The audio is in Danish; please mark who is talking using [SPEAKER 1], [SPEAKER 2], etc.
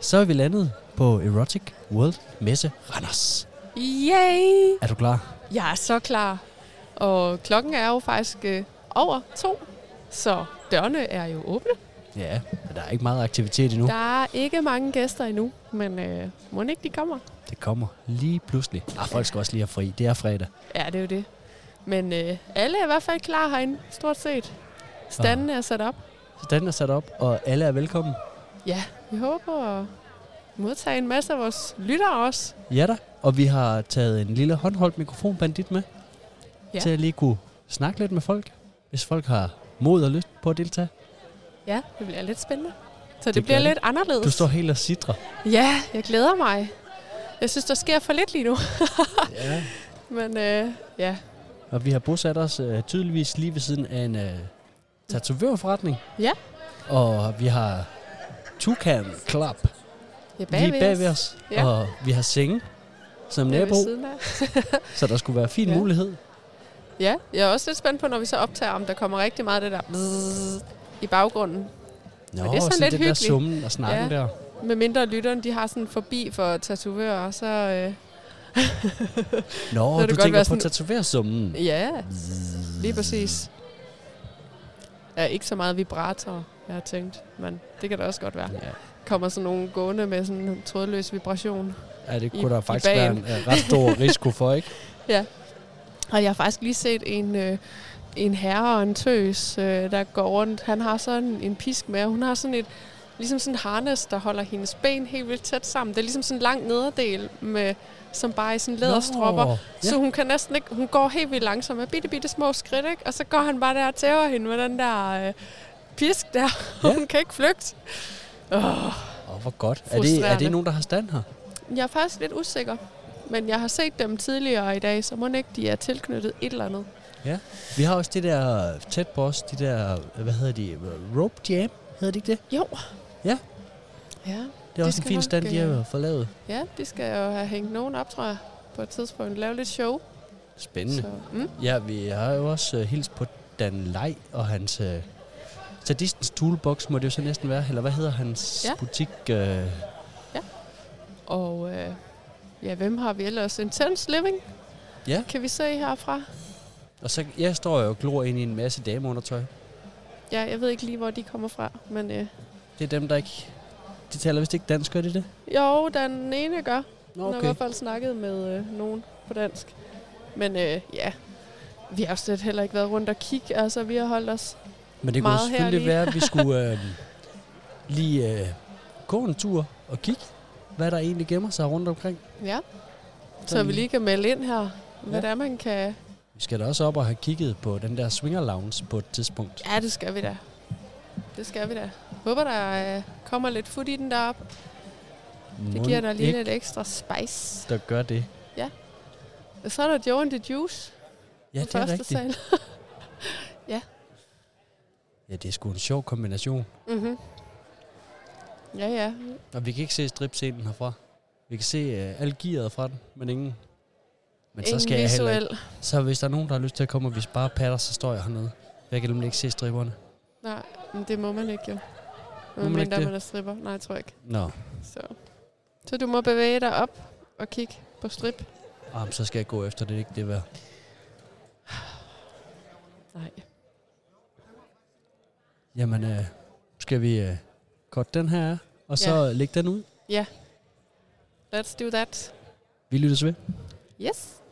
[SPEAKER 1] Så er vi landet på Erotic World Messe Randers.
[SPEAKER 2] Yay!
[SPEAKER 1] Er du klar?
[SPEAKER 2] Jeg er så klar. Og klokken er jo faktisk øh, over to, så dørene er jo åbne.
[SPEAKER 1] Ja, men der er ikke meget aktivitet endnu.
[SPEAKER 2] Der er ikke mange gæster endnu, men øh, må ikke de kommer?
[SPEAKER 1] Det kommer lige pludselig. Ah, folk skal også lige have fri. Det er fredag.
[SPEAKER 2] Ja, det er jo det. Men øh, alle er i hvert fald klar herinde, stort set. Standen er sat op.
[SPEAKER 1] Så den er sat op, og alle er velkommen.
[SPEAKER 2] Ja, vi håber at modtage en masse af vores lyttere også.
[SPEAKER 1] Ja da, og vi har taget en lille håndholdt mikrofonbandit med.
[SPEAKER 2] Ja.
[SPEAKER 1] Til at lige kunne snakke lidt med folk, hvis folk har mod og lyst på at deltage.
[SPEAKER 2] Ja, det bliver lidt spændende. Så det,
[SPEAKER 1] Det
[SPEAKER 2] det bliver
[SPEAKER 1] gør det.
[SPEAKER 2] lidt anderledes.
[SPEAKER 1] Du står helt og sidrer.
[SPEAKER 2] Ja, jeg glæder mig. Jeg synes, der sker for lidt lige nu.
[SPEAKER 1] Ja.
[SPEAKER 2] Men øh, ja,
[SPEAKER 1] Og vi har bosat os øh, tydeligvis lige ved siden af en øh, tatovørforretning.
[SPEAKER 2] Ja.
[SPEAKER 1] Og vi har Tukan Club
[SPEAKER 2] jeg er
[SPEAKER 1] lige bag ved os.
[SPEAKER 2] Ja.
[SPEAKER 1] Og vi har senge som
[SPEAKER 2] Jeg er
[SPEAKER 1] nabo,
[SPEAKER 2] ved siden af.
[SPEAKER 1] så der skulle være fin
[SPEAKER 2] Ja.
[SPEAKER 1] mulighed.
[SPEAKER 2] Ja, jeg er også lidt spændt på, når vi så optager, om der kommer rigtig meget af det der bzzz i baggrunden.
[SPEAKER 1] Nå,
[SPEAKER 2] det er sådan lidt
[SPEAKER 1] det
[SPEAKER 2] hyggeligt.
[SPEAKER 1] der summen og snakken ja. der.
[SPEAKER 2] Med mindre lytterne, de har sådan en forbi for tatovører, så øh,
[SPEAKER 1] Nå,
[SPEAKER 2] det
[SPEAKER 1] du
[SPEAKER 2] godt
[SPEAKER 1] tænker
[SPEAKER 2] være
[SPEAKER 1] på
[SPEAKER 2] sådan-
[SPEAKER 1] tatoversummen.
[SPEAKER 2] ja, lige præcis. Ja, ikke så meget vibrator, jeg har tænkt, men det kan det også godt være.
[SPEAKER 1] Ja.
[SPEAKER 2] Kommer sådan nogle gående med sådan en trådløs vibration.
[SPEAKER 1] Ja, det
[SPEAKER 2] I-
[SPEAKER 1] kunne der
[SPEAKER 2] i
[SPEAKER 1] faktisk være
[SPEAKER 2] bagen.
[SPEAKER 1] en øh, ret stor risiko for, ikke?
[SPEAKER 2] Og jeg har faktisk lige set en, øh, en herre og en tøs, øh, der går rundt. Han har sådan en pisk med, og hun har sådan et ligesom sådan en harness, der holder hendes ben helt vildt tæt sammen. Det er ligesom sådan en lang nederdel, med, som bare er i sådan læderstropper.
[SPEAKER 1] Nå,
[SPEAKER 2] Så hun kan næsten ikke, hun går helt vildt langsomt med bitte, bitte små skridt, ikke? Og så går han bare der og tæver hende med den der øh, pisk der.
[SPEAKER 1] Ja.
[SPEAKER 2] Ja. hun kan ikke flygte. Oh,
[SPEAKER 1] Ja. Åh, hvor godt. Er det, er det
[SPEAKER 2] Frustrerende.
[SPEAKER 1] nogen, der har stand her?
[SPEAKER 2] jeg er faktisk lidt usikker. Men jeg har set dem tidligere i dag, så må ikke de er tilknyttet et eller andet.
[SPEAKER 1] Vi har også det der øh, tæt på os, de der, øh, hvad hedder de, øh, rope jam, hedder det ikke det?
[SPEAKER 2] Jo.
[SPEAKER 1] Ja.
[SPEAKER 2] Ja,
[SPEAKER 1] Det er også
[SPEAKER 2] Det
[SPEAKER 1] en
[SPEAKER 2] skal
[SPEAKER 1] fin
[SPEAKER 2] nok,
[SPEAKER 1] stand, de
[SPEAKER 2] øh,
[SPEAKER 1] har fået lavet.
[SPEAKER 2] ja de skal jo have hængt nogen op, tror jeg, på et tidspunkt. Lave lidt show.
[SPEAKER 1] Spændende.
[SPEAKER 2] Så, mm.
[SPEAKER 1] Ja, vi har jo også uh, hilst på Dan Lej og hans uh, sadistens toolbox, må det jo så næsten være. Eller hvad hedder hans
[SPEAKER 2] Ja.
[SPEAKER 1] butik? Uh, ja,
[SPEAKER 2] Og øh, ja, hvem har vi ellers? Intense Living?
[SPEAKER 1] Ja.
[SPEAKER 2] Kan vi se herfra?
[SPEAKER 1] og så jeg står jo og glor ind i en masse dameundertøj.
[SPEAKER 2] Ja, jeg ved ikke lige, hvor de kommer fra, men... Øh,
[SPEAKER 1] Det er dem, der ikke... De taler vist ikke dansk, gør de det?
[SPEAKER 2] Jo, den ene gør.
[SPEAKER 1] Nå,
[SPEAKER 2] Hun har i hvert fald snakket med øh, nogen på dansk. Men øh, ja, vi har jo slet heller ikke været rundt og kigge. Altså, vi har holdt os...
[SPEAKER 1] Men det kunne
[SPEAKER 2] Meget
[SPEAKER 1] selvfølgelig
[SPEAKER 2] herlige.
[SPEAKER 1] være, at vi skulle øh, lige øh, gå en tur og kigge, hvad der egentlig gemmer sig rundt omkring.
[SPEAKER 2] Ja. Så
[SPEAKER 1] Sådan.
[SPEAKER 2] vi lige kan melde ind her, hvad
[SPEAKER 1] Ja.
[SPEAKER 2] ja. det er, man kan...
[SPEAKER 1] Vi skal da også op og have kigget på den der swinger lounge på et tidspunkt.
[SPEAKER 2] Ja, det skal vi da. Det skal vi da. Håber, der øh, kommer lidt fut i den deroppe. Det giver dig lige
[SPEAKER 1] ikke,
[SPEAKER 2] lidt ekstra spice.
[SPEAKER 1] der gør det.
[SPEAKER 2] Og så er der Joe and the Juice
[SPEAKER 1] Ja,
[SPEAKER 2] på
[SPEAKER 1] det er
[SPEAKER 2] første
[SPEAKER 1] rigtigt.
[SPEAKER 2] sal.
[SPEAKER 1] Ja, det er sgu en sjov kombination.
[SPEAKER 2] mm-hmm. Ja, ja.
[SPEAKER 1] Og vi kan ikke se stripscenen herfra. Vi kan se øh, alt gearet fra den, men ingen... Men så
[SPEAKER 2] Ingen
[SPEAKER 1] skal jeg heller ikke.
[SPEAKER 2] visuel.
[SPEAKER 1] Så hvis der er nogen, der har lyst til at komme og vise bare patter, så står jeg hernede. Jeg kan nemlig ikke se stripperne.
[SPEAKER 2] Nej, men det må man ikke jo.
[SPEAKER 1] Må
[SPEAKER 2] Men
[SPEAKER 1] man ikke
[SPEAKER 2] mindre
[SPEAKER 1] det?
[SPEAKER 2] man er stripper. Nej, jeg tror jeg ikke.
[SPEAKER 1] Nå,
[SPEAKER 2] Så. så du må bevæge dig op og kigge på strip.
[SPEAKER 1] ah, så skal jeg gå efter det, er ikke det værd.
[SPEAKER 2] Nej.
[SPEAKER 1] Jamen, øh, skal vi øh, korte den her af, og så ja. lægge den ud?
[SPEAKER 2] Let's do that.
[SPEAKER 1] Vi lyttes ved.
[SPEAKER 2] Yes.